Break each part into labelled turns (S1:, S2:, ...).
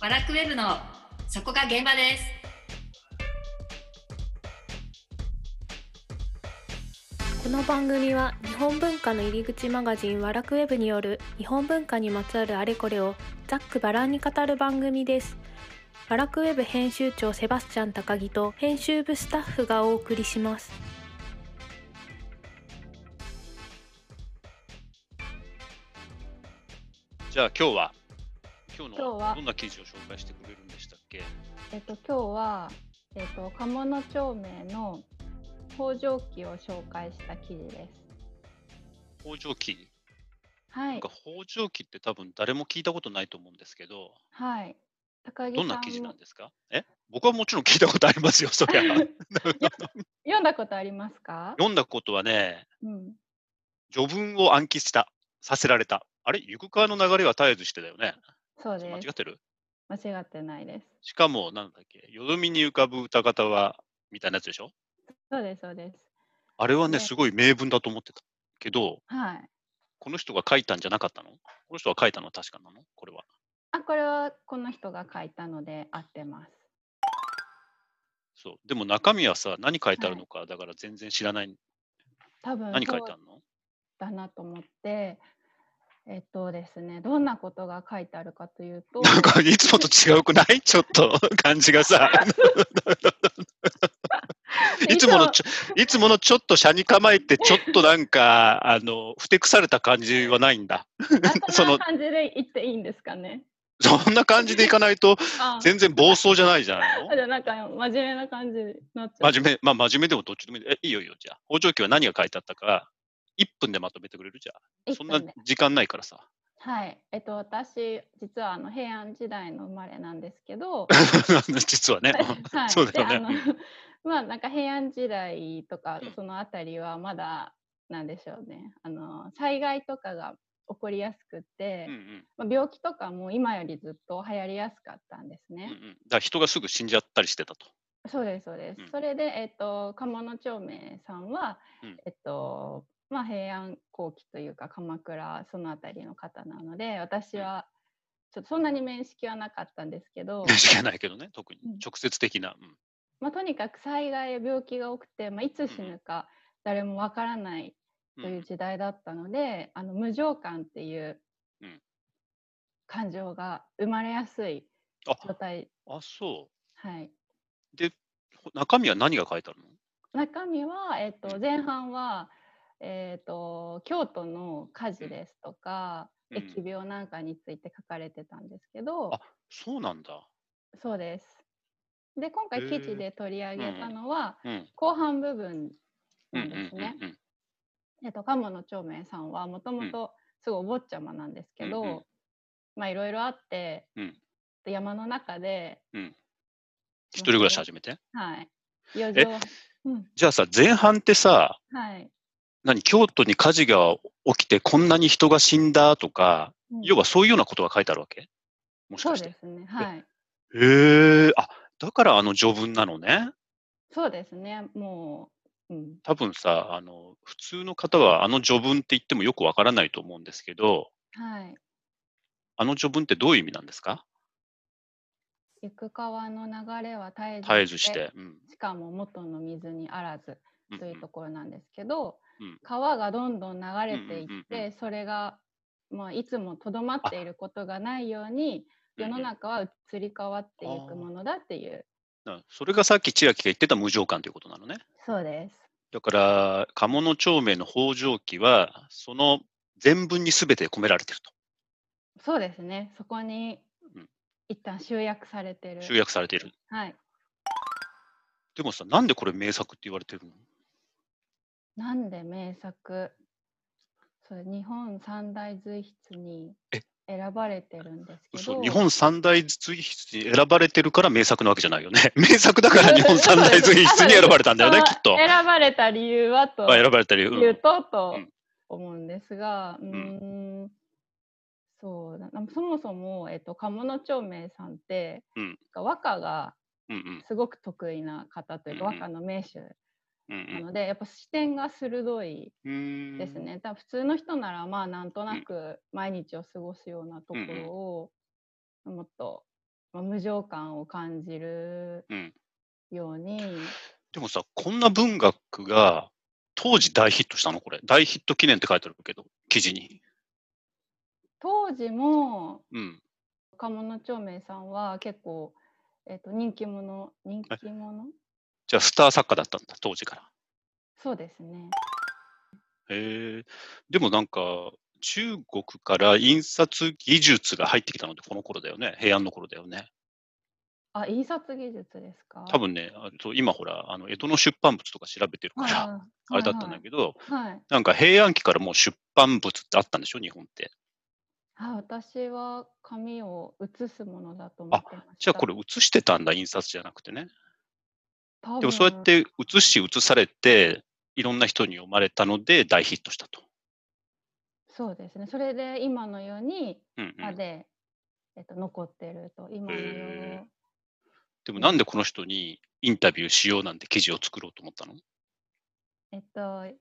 S1: バラクウェブのそこが現場です。
S2: この番組は日本文化の入り口マガジンワラクウェブによる日本文化にまつわるあれこれをざっくばらんに語る番組です。ワラクウェブ編集長セバスチャン高木と編集部スタッフがお送りします。
S3: じゃあ今日は今日
S4: 今
S3: の
S4: 日は
S3: どんな記事を紹介してくれるんでしたっけ
S4: えっと、今日は、えっと、鴨の町名の北条記を紹介した記事です。
S3: 北条記
S4: は
S3: ないんか。北条記って多分誰も聞いたことないと思うんですけど
S4: はい。高木さ
S3: ど
S4: ん
S3: んな記事
S4: も
S3: なんですかえ僕はもちろん聞いたことありますよ そりゃ
S4: 読んだことありますか、
S3: 読んだことはね
S4: うん、
S3: 序文を暗記したさせられたあれ行く川の流れは絶えずしてだよね
S4: そう
S3: 間
S4: で
S3: 違
S4: す
S3: っ。てる
S4: 間違ってないです。
S3: しかもなんだっけよどみに浮かぶ歌方はみたいなやつでしょ
S4: そうです、そうです。
S3: あれはね
S4: ね
S3: すごい名文だと思ってたけど
S4: はい。
S3: この人が書いたんじゃなかったのこの人が書いたのは確かなのこれは
S4: あ、これはこの人が書いたので合ってます。
S3: そう。でも中身はさ、何書いてあるのか、だから全然知らない。
S4: 多分
S3: 何書いて
S4: そ
S3: あ
S4: う
S3: る の
S4: だなと思って、えっとですね、どんなことが書いてあるかというと、
S3: なんか、いつもと違うくない ちょっと、感じが さ。いつものちょ、いつものちょっと斜に構えて、ちょっとなんか、あの、ふてくされた感じはないんだ。
S4: あ
S3: そ
S4: そん
S3: の
S4: な感じで言っていいんですかね。
S3: そんな感じでいかないと、
S4: あ
S3: 全然暴走じゃないじゃないの
S4: あじゃあなんか真面目な感じになっちゃう。
S3: 真面目、ま あ真面目でもどっちでもいい。え、いいよいいよ、じゃあ。北条記は何が書いてあったか、1分でまとめてくれるじゃん。
S4: 一
S3: そん
S4: 分
S3: な
S4: で
S3: 時間ないからさ。
S4: はい。えっと私実はあの平安時代の生まれなんです けど、
S3: 実はね。
S4: はい。
S3: そうだよね
S4: であの まあなんか平安時代とか
S3: うん
S4: そのあたりはまだなんでしょうね。あの災害とかが起こりやすくて
S3: うん、うん
S4: まあ病気とかも今よりずっと流行りやすかったんです
S3: うんう
S4: ね。
S3: ん。だから人がすぐ死んじゃったりしてたと。
S4: そうですそうです。
S3: うん
S4: それでえっと鴨の長明さんは、
S3: うん、
S4: えっとまあ平安後期というか鎌倉そのあたりの方なので私はちょっとそんなに面識はなかったんですけど
S3: しかないけどね、特に
S4: うん
S3: 直接的な。うん
S4: まあとにかく災害病気が多くてまあいつ死ぬか誰もわからないという時代だったので、あの無常感っていう
S3: うん
S4: 感情が生まれやすい
S3: あ
S4: 状態、
S3: あ、そ
S4: はい。
S3: う。ほ中身は何が書いてあるの
S4: 中身は、えっ
S3: う
S4: と
S3: ん
S4: 前半は、えっと京都の火事ですとか、
S3: うん
S4: 疫病なんかについて書かれてたんですけど
S3: あそうなんだ。
S4: そうです。で今
S3: へ
S4: 回
S3: ー
S4: 記事で取り上げたのは、
S3: うん。
S4: 後半部分
S3: うん
S4: なん
S3: うん
S4: です
S3: うん
S4: ね。えっと鴨野長明さんはもともとすごいお坊ちゃまなんですけど、
S3: うんうん
S4: まあいろいろあって、
S3: うん
S4: で山の中で、
S3: うん一人暮らし始めて。
S4: はい余剰うん
S3: じゃあさ、前半ってさ、
S4: はい、
S3: 何、京都に火事が起きてこんなに人が死んだとか、
S4: うん
S3: 要はそういうようなことが書いてあるわけもし
S4: そ
S3: か
S4: う
S3: して
S4: で。すねはい。
S3: へえ、あ、だからあの序文なのね。
S4: そうですね、もう、うん、
S3: 多分さ、あの、普通の方はあの序文って言ってもよくわからないと思うんですけど、
S4: はい。
S3: あの序文ってどういう意味なんですか
S4: 行く川の流れは絶えず
S3: 絶えずして。うん
S4: しかも元の水にあらず
S3: うん
S4: という
S3: うん
S4: ところなんですけど、
S3: うん
S4: 川がどんどん流れていっ
S3: うんう
S4: て、
S3: んうんう
S4: それが、まあ、いつもとどまっていることがないように世の
S3: うんうん
S4: 中は移り変わっていくものだっていう、
S3: なそれがさっき千秋が言ってた無常感ということなのね。
S4: そうです。
S3: だから、鴨の町名の北条記は、その全文に全て込められてると。
S4: そうですね、そこに
S3: うん
S4: 一旦集約されてる。
S3: 集約されている。
S4: はい。
S3: でもさ、なんでこれ名作って言われてるの
S4: なんで名作そう日本三大随筆に
S3: え
S4: 選ばれてるんですけ
S3: そう
S4: ど
S3: 日本三大随筆に選ばれてるから名作なわけじゃないよね。 名作だから日本三大随筆に選ばれたんだよ ね、
S4: そ
S3: き
S4: の
S3: っと。
S4: 選ばれた理由はと
S3: まあ選ばれたり、うん
S4: 言うとと
S3: うん
S4: 思うんですがうーんそうだなそもそも、えっと、鴨野町名さんって、
S3: うん
S4: 和歌が
S3: うんうん
S4: すごく得意な方というか、
S3: うんうん
S4: 和歌の名手
S3: うん
S4: なので、やっぱ視点が鋭い
S3: うん
S4: ですね。多分普通の人ならまあなんとなく毎日を過ごすようなところをもっとまあ、無情感を感じる
S3: うん
S4: ように、
S3: でもさ、こんな文学が当時大ヒットしたのこれ。大ヒット記念って書いてあるけど、記事に。
S4: 当時も
S3: うん。
S4: 鴨の長明さんは結構、えっと人気者人気者
S3: じゃあ、スター作家だったんだ、当時から。
S4: そうですね
S3: へえでもなんか、中国から印刷技術が入ってきたのってこの頃だよね。平安の頃だよね。
S4: あ印刷技術ですか
S3: 多分ね、あと今ほら、あの江戸の出版物とか調べてるか
S4: はい
S3: ら、あれだったんだけど、
S4: はい、はい
S3: なんか平安期からもう出版物ってあったんでしょ、日本って。
S4: あ私は紙を写すものだと思ってました
S3: じゃあこれ写してたんだ、印刷じゃなくてね。
S4: 多
S3: でもそうやっ
S4: 分
S3: て写し写されて、いろんな人に読まれたので大ヒットしたと。
S4: そうですねそれで今のように
S3: うんう
S4: ま
S3: ん、
S4: で、えっと、残ってると今の
S3: へ
S4: よ
S3: ー
S4: う
S3: でもなんでこの人にインタビューしようなんて記事を作ろうと思ったの
S4: えっとやっ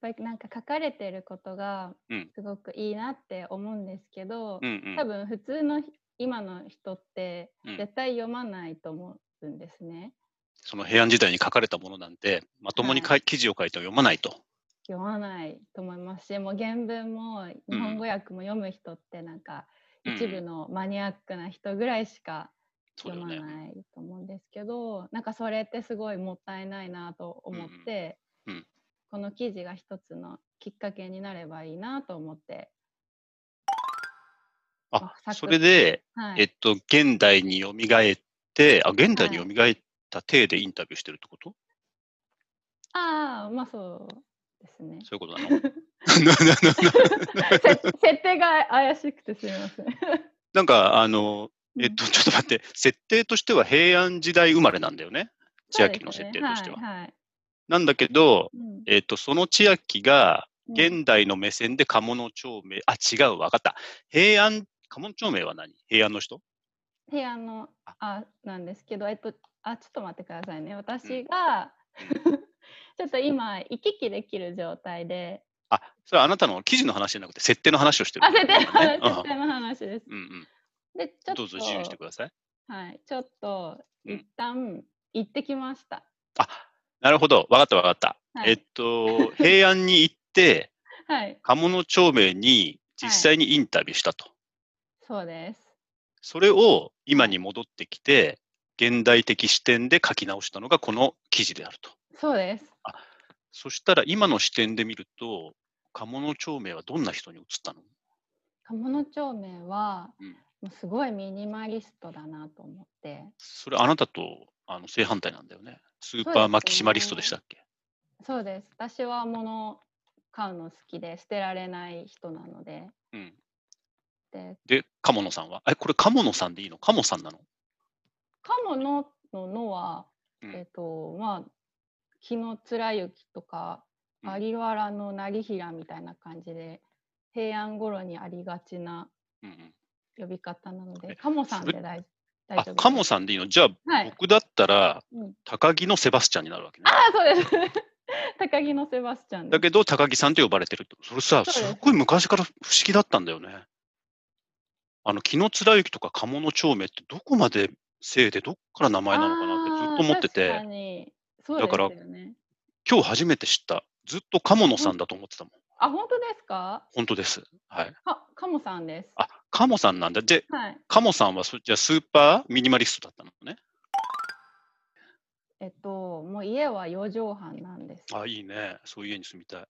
S4: ぱりなんか書かれてることが
S3: うん
S4: すごくいいなって思うんですけど、
S3: うんうん
S4: 多分普通のひ今の人って
S3: うん
S4: 絶対読まないと思うんですね、
S3: その平安時代に書かれたものなんて、まともにかい記事を書いては読まないと。
S4: 読まないと思いますしもう原文も日本語訳も読む人ってなんか
S3: うんうん
S4: 一部のマニアックな人ぐらいしか
S3: そうだ
S4: 読
S3: よ
S4: ま
S3: ね。
S4: ないと思うんですけど、なんかそれってすごいもったいないなと思って、
S3: うんうん
S4: この記事が一つのきっかけになればいいなと思って、
S3: あ
S4: あ
S3: それで、
S4: は
S3: えっ
S4: い、
S3: と、現代に蘇って、あ、現代に蘇った体でインタビューしてるってこと、
S4: ああまあそうですね
S3: そういうことなの
S4: せ 設定が怪しくてすみません
S3: なんか、あの、えっ
S4: う
S3: と、ちょっと待って、設定としては平安時代生まれなんだよね。千秋の
S4: そう
S3: 設
S4: です
S3: 定と
S4: ね
S3: しては。
S4: はいはい
S3: なんだけど、
S4: うん
S3: えっと、その千秋が
S4: うん
S3: 現代の目線で鴨の長明、あ、違う、わかった。平安、鴨の長明は何平安の人
S4: 部屋のあなんですけど、えっと、あちょっと待ってくださいね私が、 ちょっと今行き来できる状態で
S3: あ、それはあなたの記事の話じゃなくて、設定の話をしてる
S4: あ
S3: んだ
S4: 設
S3: よ
S4: 定
S3: ね。
S4: の話、
S3: うん
S4: 設定の話です
S3: うんうん。
S4: でちょ
S3: ど
S4: っと
S3: うぞ自由にしてください。
S4: はい、ちょっと
S3: うん
S4: 一旦行ってきました。
S3: あ、なるほど。わかったわかった。
S4: はい
S3: えっと、平安に行 って、
S4: はい、
S3: 鴨の長明に実際にインタビューしたと。
S4: そうです。
S3: それを今に戻ってきて、現代的視点で書き直したのがこの記事であると。
S4: そうです。
S3: そしたら今の視点で見ると、鴨の長明はどんな人に映ったの
S4: 鴨の町名は、
S3: うん
S4: もうすごいミニマリストだなと思って、
S3: それあなたとあの正反対なんだよね。スー
S4: そうです
S3: パー
S4: ね
S3: マキシマリストでしたっけ
S4: そうです。私は物を買うの好きで捨てられない人なので、
S3: うん、
S4: で、
S3: で、鴨野さんは、え、これ鴨野さんでいいの鴨さんなの
S4: 鴨のののは、
S3: うん
S4: えっ、とまあ日野貫之とか
S3: うん
S4: 有原の成平みたいな感じで、平安頃にありがちな
S3: うんうん、
S4: 呼び方なの
S3: え
S4: で、カモさん
S3: それ
S4: で大大
S3: あ
S4: 丈夫です。、
S3: 鴨さんでいいのじゃあ、
S4: はい。
S3: 僕だったら
S4: うん
S3: 高木のセバスチャンになるわけね。
S4: あ、そうです。 高木のセバスチャンです。
S3: だけど高木さんと呼ばれてるってそれさ
S4: そう
S3: す
S4: です
S3: っごい昔から不思議だったんだよね。あの紀貫之とか鴨の長明ってどこまで姓でどっから名前なのかなってずっと思って
S4: あー確
S3: て
S4: かにそうですよね。
S3: 今日初めて知ったずっと鴨野さんだと思ってたもん
S4: あ、本当ですか？
S3: 本当です。はい、
S4: かカモさんです。
S3: あ鴨さんなんだで
S4: はい。
S3: 鴨さんはそじゃあスーパーミニマリストだったのね。
S4: えっともう家は四畳半なんです。
S3: あいいねそういう家に住みたい。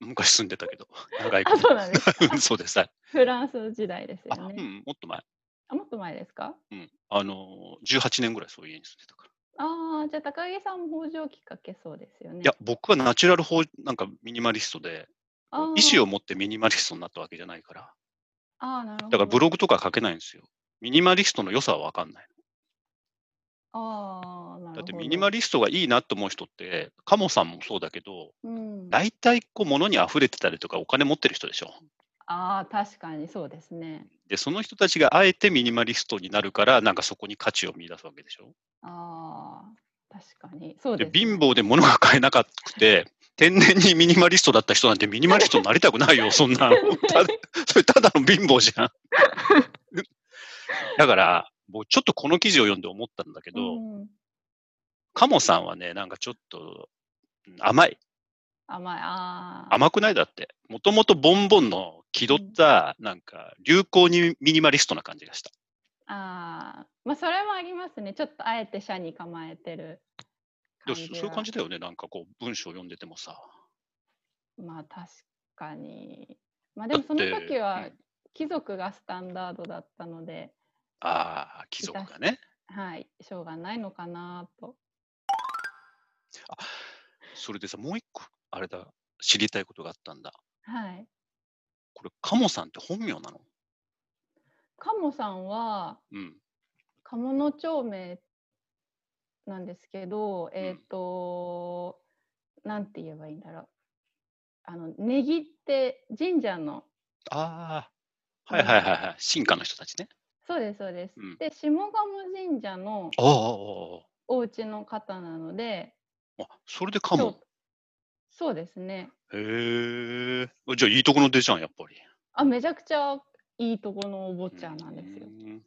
S3: 昔住んでたけ ど長いこ
S4: あ、
S3: と
S4: そうな んです。
S3: うんそうです。はい
S4: フランス時代です
S3: あ
S4: よ
S3: う
S4: ね。
S3: んもっと前、
S4: あ、もっと前ですか？
S3: うん、あの18年ぐらいそういう家に住んでたから。
S4: ああ、じゃあ高木さんも北条きっかけそうですよね。
S3: いや、僕はナチュラル法、なんかミニマリストで、
S4: あー、
S3: 意思を持ってミニマリストになったわけじゃないから、
S4: あー、なるほ
S3: だ
S4: ど。
S3: からブログとか書けないんですよ。ミニマリストの良さは分かんない。
S4: ああ、なるほ
S3: だ
S4: ど。
S3: ってミニマリストがいいなと思う人って、カモさんもそうだけど、
S4: うん、
S3: 大体こう物に溢れてたりとかお金持ってる人でしょ。
S4: ああ確かにそうですね。
S3: で、その人たちがあえてミニマリストになるから、なんかそこに価値を見出すわけでしょ。
S4: ああ確かにそう
S3: で
S4: です、、ね。
S3: 貧乏で物が買えなく て、天然にミニマリストだった人なんてミニマリストになりたくない よ、そんなの。たそれただの貧乏じゃん。だから、こう、ちょっとこの記事を読んで思ったんだけ
S4: う
S3: ど、
S4: ん、
S3: カモさんはね、なんかちょっとうん甘い。
S4: 甘いあー
S3: 甘くないだって。もともとボンボンの気取った、なんか流行にミニマリストな感じがした。
S4: あーまあそれもありますねちょっとあえて社に構えてる
S3: でもそ
S4: 感じ
S3: そういう
S4: は
S3: 感じだよね。なんかこう、文章を読んでてもさ。
S4: まあ確かにまあでもその
S3: だって
S4: 時
S3: う
S4: は
S3: ん
S4: 貴族がスタンダードだったので
S3: ああ、貴族がね。
S4: はいしょうがないのかなと
S3: それでさ、もう一個、あれだ、知りたいことがあったんだ。
S4: はい
S3: これ、カモさんって本名なの
S4: 鴨さんは
S3: うん。
S4: 鴨の町名なんですけど、えっ、と、なんて言えばいいんだろう。あの、ネギって神社の、
S3: ああ、はいはいはいはい。進化の人たちね。
S4: そうです、そうです。
S3: うん
S4: で、下鴨神社の
S3: ああああ、
S4: お家の方なので、
S3: あああ、それでカモ
S4: そう。そうですね。
S3: へえ。じゃあ、いいとこの出じゃん、やっぱり。
S4: あ、めちゃくちゃいいとこのお坊ちゃんなんですよ
S3: う。ん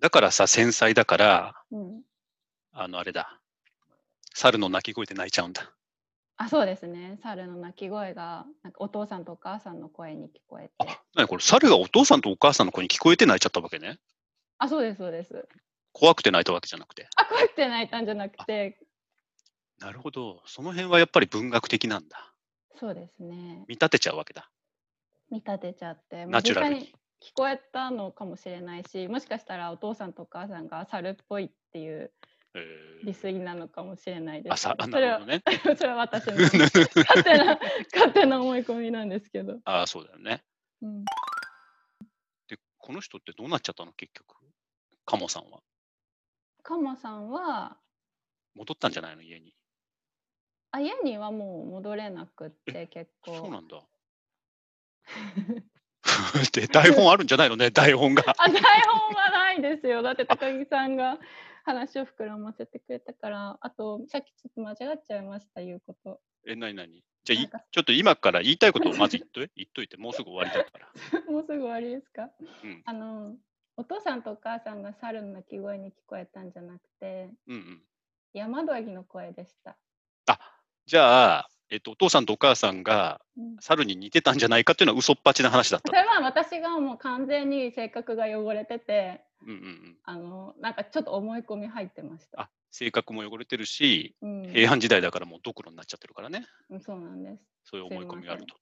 S3: だからさ、繊細だから、
S4: うん、
S3: あの、あれだ。猿の鳴き声で泣いちゃうんだ。
S4: あ、そうですね。猿の鳴き声が、なんかお父さんとお母さんの声に聞こえて。
S3: なにこれ、猿がお父さんとお母さんの声に聞こえて泣いちゃったわけね。
S4: あ、そうです、そうです。
S3: 怖くて泣いたわけじゃなくて。
S4: あ、こうやって泣いたんじゃなくて、
S3: なるほど。その辺はやっぱり文学的なんだ。
S4: そうですね。
S3: 見立てちゃうわけだ。
S4: 見立てちゃって、もう
S3: ナチュ
S4: 実
S3: ラ
S4: 際
S3: ルに
S4: に聞こえたのかもしれないし、もしかしたらお父さんとお母さんが猿っぽいっていう
S3: え
S4: 理
S3: ー、
S4: 推なのかもしれないです。
S3: あ、さ、あ
S4: そ
S3: な
S4: れ
S3: る
S4: は
S3: ほどね。
S4: それは 私の勝手な勝手な思い込みなんですけど。
S3: ああ、そうだよね。
S4: うん
S3: で、この人ってどうなっちゃったの、結局。カモさんは。
S4: カモさんは
S3: 戻ったんじゃないの、家に。
S4: あ家にはもう戻れなくって結
S3: そう
S4: 構
S3: なん だ。で、台本あるんじゃないのね、台本が。
S4: あ台本はないですよだって高木さんが話を膨らませてくれたからあとさっきちょっと間違っちゃいましたいうこと
S3: え、なになにじゃあ
S4: ないんか
S3: ちょっと今から言いたいことをまず言っとい言っといて、もうすぐ終わりだから。
S4: もうすぐ終わりですか、
S3: うん
S4: あのお父さんとお母さんが猿の鳴き声に聞こえたんじゃなくて
S3: うんうん。
S4: 山鳥の声でした、
S3: あ、じゃあ、えっと、お父さんとお母さんが
S4: うん
S3: 猿に似てたんじゃないかっていうのは嘘っぱちな話だっ
S4: そ
S3: た
S4: れ
S3: の。
S4: は私がもう完全に性格が汚れてて
S3: うんうんうん。
S4: あのなんかちょっと思い込み入ってました、
S3: あ、性格も汚れてるし、
S4: うん、
S3: 平安時代だからもうドクロになっちゃってるからね。
S4: うんそうなんです
S3: そういう思い込みがあると。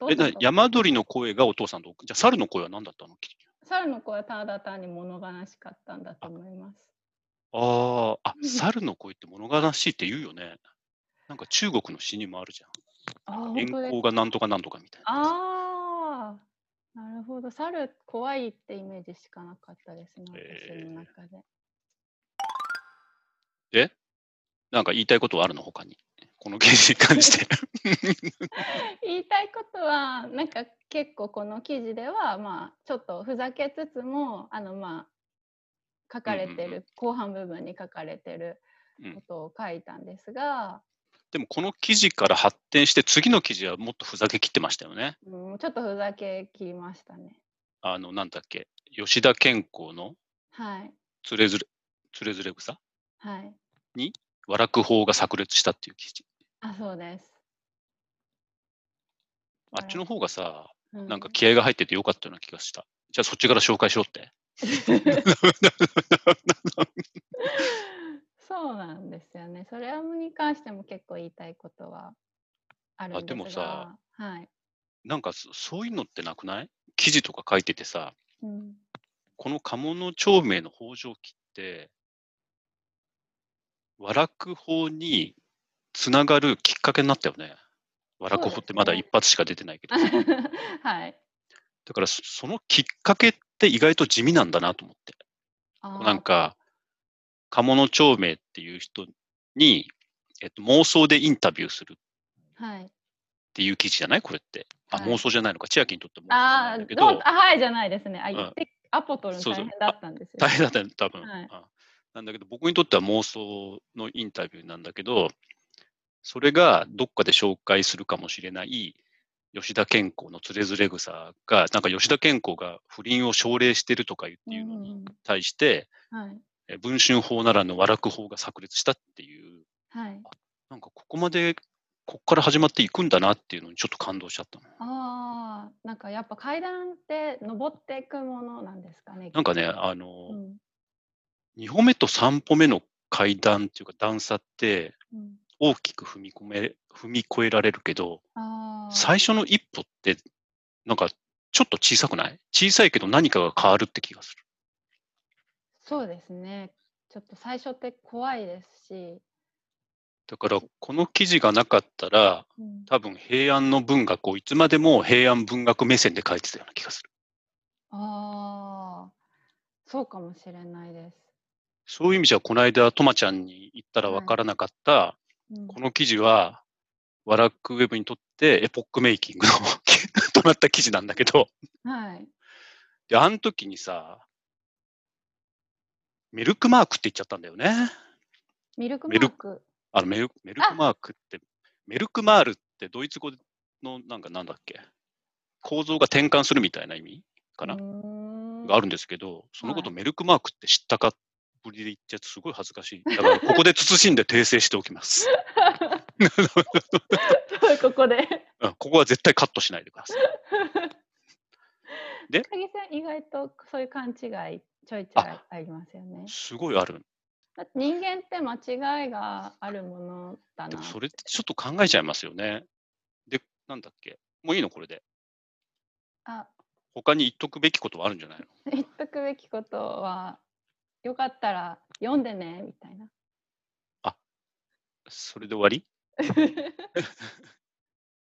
S4: お
S3: え、
S4: 父さ
S3: なん
S4: と
S3: 山鳥の声がお父さんとお、じゃあ猿の声は何だったの
S4: 猿の声はただ単に物悲しかったんだと思います
S3: ああ、あ、
S4: うん
S3: 猿の声って物悲しいって言うよね。なんか中国の詩にもあるじ
S4: あ
S3: ゃん。なん
S4: ー
S3: か円
S4: 本当です
S3: 光がなんとかなんとかみたいな。
S4: あーなるほど猿怖いってイメージしかなかったですね
S3: えー
S4: 私の中で、
S3: なんか言いたいことはあるの他に。この記事に関 して。
S4: 言いたいことはなんか結構この記事ではまあちょっとふざけつつもあのまあ書かれて
S3: うんうんう
S4: る後半部分に書かれてる
S3: うん
S4: ことを書いたんですが、
S3: でもこの記事から発展して次の記事はもっとふざけきってましたよね。
S4: うん、ちょっとふざけ切りましたね
S3: あの、なんだっけ。吉田健康の
S4: はい
S3: つれづれ、つれづれ草
S4: はい
S3: 和楽法が炸裂したっていう記事。
S4: あそうです
S3: あっちの方がさ、
S4: うん
S3: なんか気合が入っててよかったような気がした。じゃあそっちから紹介しようって。
S4: そうなんですよね。それに関しても結構言いたいことはあるんですが。
S3: あでもさ
S4: はい。
S3: なんかそそういうのってなくない記事とか書いててさ、
S4: うん、
S3: この鴨の長明の北条記って、和楽法につながるきっかけになったよね。和楽法ってまだ
S4: そうですね
S3: 一発しか出てないけ ど。
S4: はい。
S3: だからそそのきっかけって意外と地味なんだなと思って。
S4: あ
S3: こ
S4: ー
S3: うなんか、鴨の長明っていう人に、えっと、妄想でインタビューするっ
S4: はい。
S3: ていう記事じゃないこれって。あ、
S4: はい
S3: 妄想じゃないのか。千秋にとっては妄想じゃな
S4: あ
S3: いんだ
S4: ー
S3: け
S4: どう
S3: ど、
S4: あ、はいじゃないですね。あ、
S3: うん
S4: 言って、アポ取るの
S3: そう
S4: 大
S3: そう
S4: 変だったんですよ。
S3: 大変だったよね、多分、
S4: はい
S3: うんなんだけど、僕にとっては妄想のインタビューなんだけど、それがどっかで紹介するかもしれない吉田健康のつれづれ草が、なんか吉田健康が不倫を奨励してるとかいうっていうのに対して、
S4: はい
S3: え文春法ならぬ和楽法が炸裂したっていう、
S4: はい
S3: なんかここまで、ここから始まっていくんだなっていうのにちょっと感動しちゃったの。
S4: ああなんかやっぱ階段って登っていくものなんですかね。
S3: なんかね、あの、
S4: うん
S3: 2歩目と3歩目の階段っていうか段差って
S4: うん、
S3: 大きく踏み込め、踏み越えられるけど、
S4: あー
S3: 最初の一歩って、なんかちょっと小さくない小さいけど何かが変わるって気がする。
S4: そうですね。ちょっと最初って怖いですし、
S3: だから、この記事がなかったら、
S4: うん
S3: 多分平安の文学をいつまでも平安文学目線で書いてたような気がする。
S4: ああそうかもしれないです。
S3: そういう意味じゃ、この間、とまちゃんに言ったらわからなかった、
S4: うん
S3: この記事は、ワラックウェブにとってエポックメイキングの となった記事なんだけど、
S4: はい
S3: で、あの時にさ、メルクマークって言っちゃったんだよね。
S4: ミルクマ
S3: ミル
S4: ーク
S3: あのメルメルクマークって、メルクマールってドイツ語のなんかなんだっけ構造が転換するみたいな意味かな、
S4: うーん
S3: があるんですけど、そのこと
S4: は
S3: メルクマークって知ったかぶりで言っちゃってすごい恥ずかしい。だから ここで慎んで訂正しておき ます。
S4: ここで。
S3: うんここは絶対カットしないでください。で
S4: 影さん意外とそういう勘違いちょいちょい
S3: あ
S4: ありますよね。
S3: すごいある。
S4: だって人間って間違いがあるものだ
S3: で
S4: な
S3: も。それってちょっと考えちゃいますよね。で、なんだっけもういいのこれで。
S4: あ
S3: 他に言っとくべきことはあるんじゃないの
S4: 言っとくべきことはよかったら読んでねみたいな。
S3: それで終わり